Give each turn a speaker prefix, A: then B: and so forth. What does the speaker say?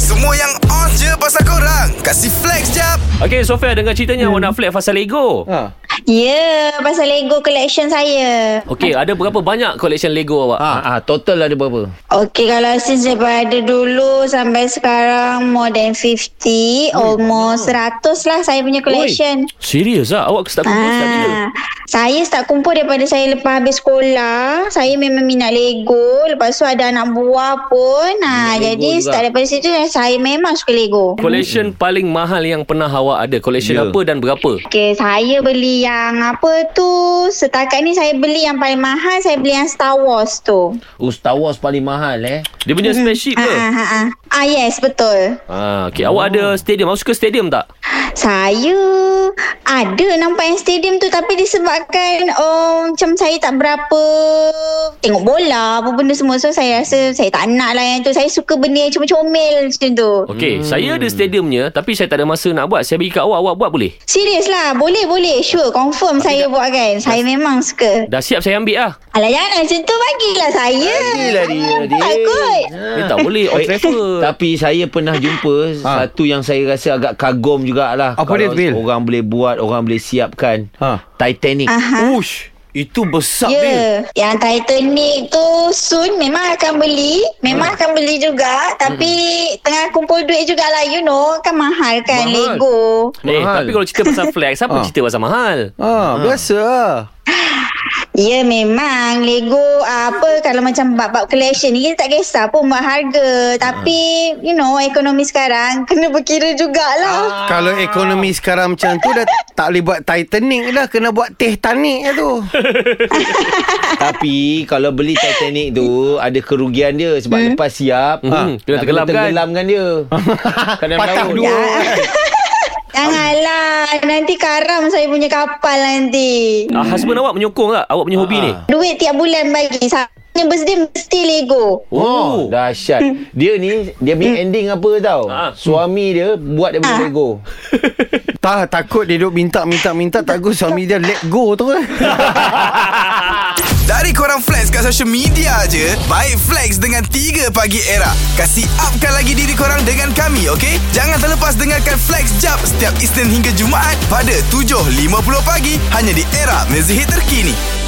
A: Semua yang on je pasal korang Kasih flex jap
B: Okay Sofia dengar ceritanya hmm. Awak nak flat pasal Lego
C: Ha.
D: Ya, yeah, pasal Lego collection saya.
B: Okay ada berapa banyak collection Lego awak
C: Ha, ha, total ada berapa?
D: Okey, kalau since daripada dulu sampai sekarang more than 50, almost 100 lah saya punya collection.
B: Serius lah Awak start kumpul start bila
D: Ah, saya start kumpul daripada saya lepas habis sekolah. Saya memang minat Lego. Lepas tu ada anak buah pun. Ha,
C: Minat
D: jadi
C: Lego juga.
D: start daripada situ eh, saya memang suka Lego.
B: Collection paling mahal yang pernah awak ada Collection
C: Ya.
B: apa dan berapa
D: Okay, saya beli yang apa tu Setakat ni saya beli yang paling mahal Saya beli yang Star Wars tu
C: Oh, Star Wars paling mahal eh.
B: Dia punya spaceship
D: Ah,
B: ke
D: ah, ah, ah. ah yes, betul
B: Ah, okay. Awak ada stadium Awak suka stadium tak
D: Saya ada nampak yang stadium tu Tapi disebabkan oh, Macam saya tak berapa Tengok bola apa benda semua So saya rasa saya tak nak lah yang tu Saya suka benda yang comel-comel macam tu
B: Okay hmm. Saya ada stadiumnya Tapi saya tak ada masa nak buat Saya bagi kat awak Awak buat boleh
D: Serius lah, boleh boleh Sure, confirm saya buat kan Saya memang suka
B: Dah siap saya ambil lah
D: Alah jangan macam tu bagilah saya
C: Inilah dia. dia.
D: Takut
B: Dia Eh, tak boleh on
C: Baik.
B: travel
C: Ah. Eh, Tapi saya pernah jumpa
E: Ha.
C: satu yang saya rasa agak kagum jugalah.
E: Apa dia,
C: Kalau
E: Bil?
C: Orang boleh buat, orang boleh siapkan.
E: Ha.
C: Titanic.
D: Aha.
E: Ush, itu besar
D: Ya,
E: Bil.
D: yeah. yang Titanic tu soon memang akan beli, memang akan beli juga tapi tengah kumpul duit jugalah you know, kan mahal kan
B: Mahal.
D: Lego.
B: Eh,
E: Mahal.
B: tapi kalau cerita pasal flex Siapa
E: Ah.
B: cerita pasal mahal
E: Ha, biasa lah.
D: Ya yeah, memang Lego ah, apa kalau macam bab-bab collection ni kita tak kisah pun buat harga tapi you know ekonomi sekarang kena berkira
C: Ah.
D: jugalah.
E: Kalau ekonomi sekarang macam tu dah tak boleh buat Titanic dah. Kena buat Titanic lah tu.
C: Tapi kalau beli Titanic tu ada kerugian dia sebab hmm. lepas siap
B: Mhm.
C: ha,
B: Kena
C: nak
B: tenggelam
C: kena
B: kan?
C: tenggelam kan dia. Kena
E: Patah
C: melaut.
E: dua.
D: Ya. Janganlah nanti karam saya punya kapal nanti.
C: Hmm.
B: Ah, husband awak menyokong tak awak punya
C: Ah,
B: hobi ni?
D: Duit tiap bulan bagi. Saya punya birthday mesti Lego.
C: Oh, dahsyat. Dia ni dia punya ending apa tau?
B: Ah.
C: Suami dia buat daripada
D: Hmm. Ah.
C: Lego.
E: Tak, takut dia duk minta, minta, minta. Takut suami dia let go tu kan.
A: Dari korang flex kat social media je Baik flex dengan 3 pagi era Kasih upkan lagi diri korang dengan kami okay? Jangan terlepas dengarkan flex jap Setiap Isnin hingga Jumaat Pada 7.50 pagi Hanya di era mezihit terkini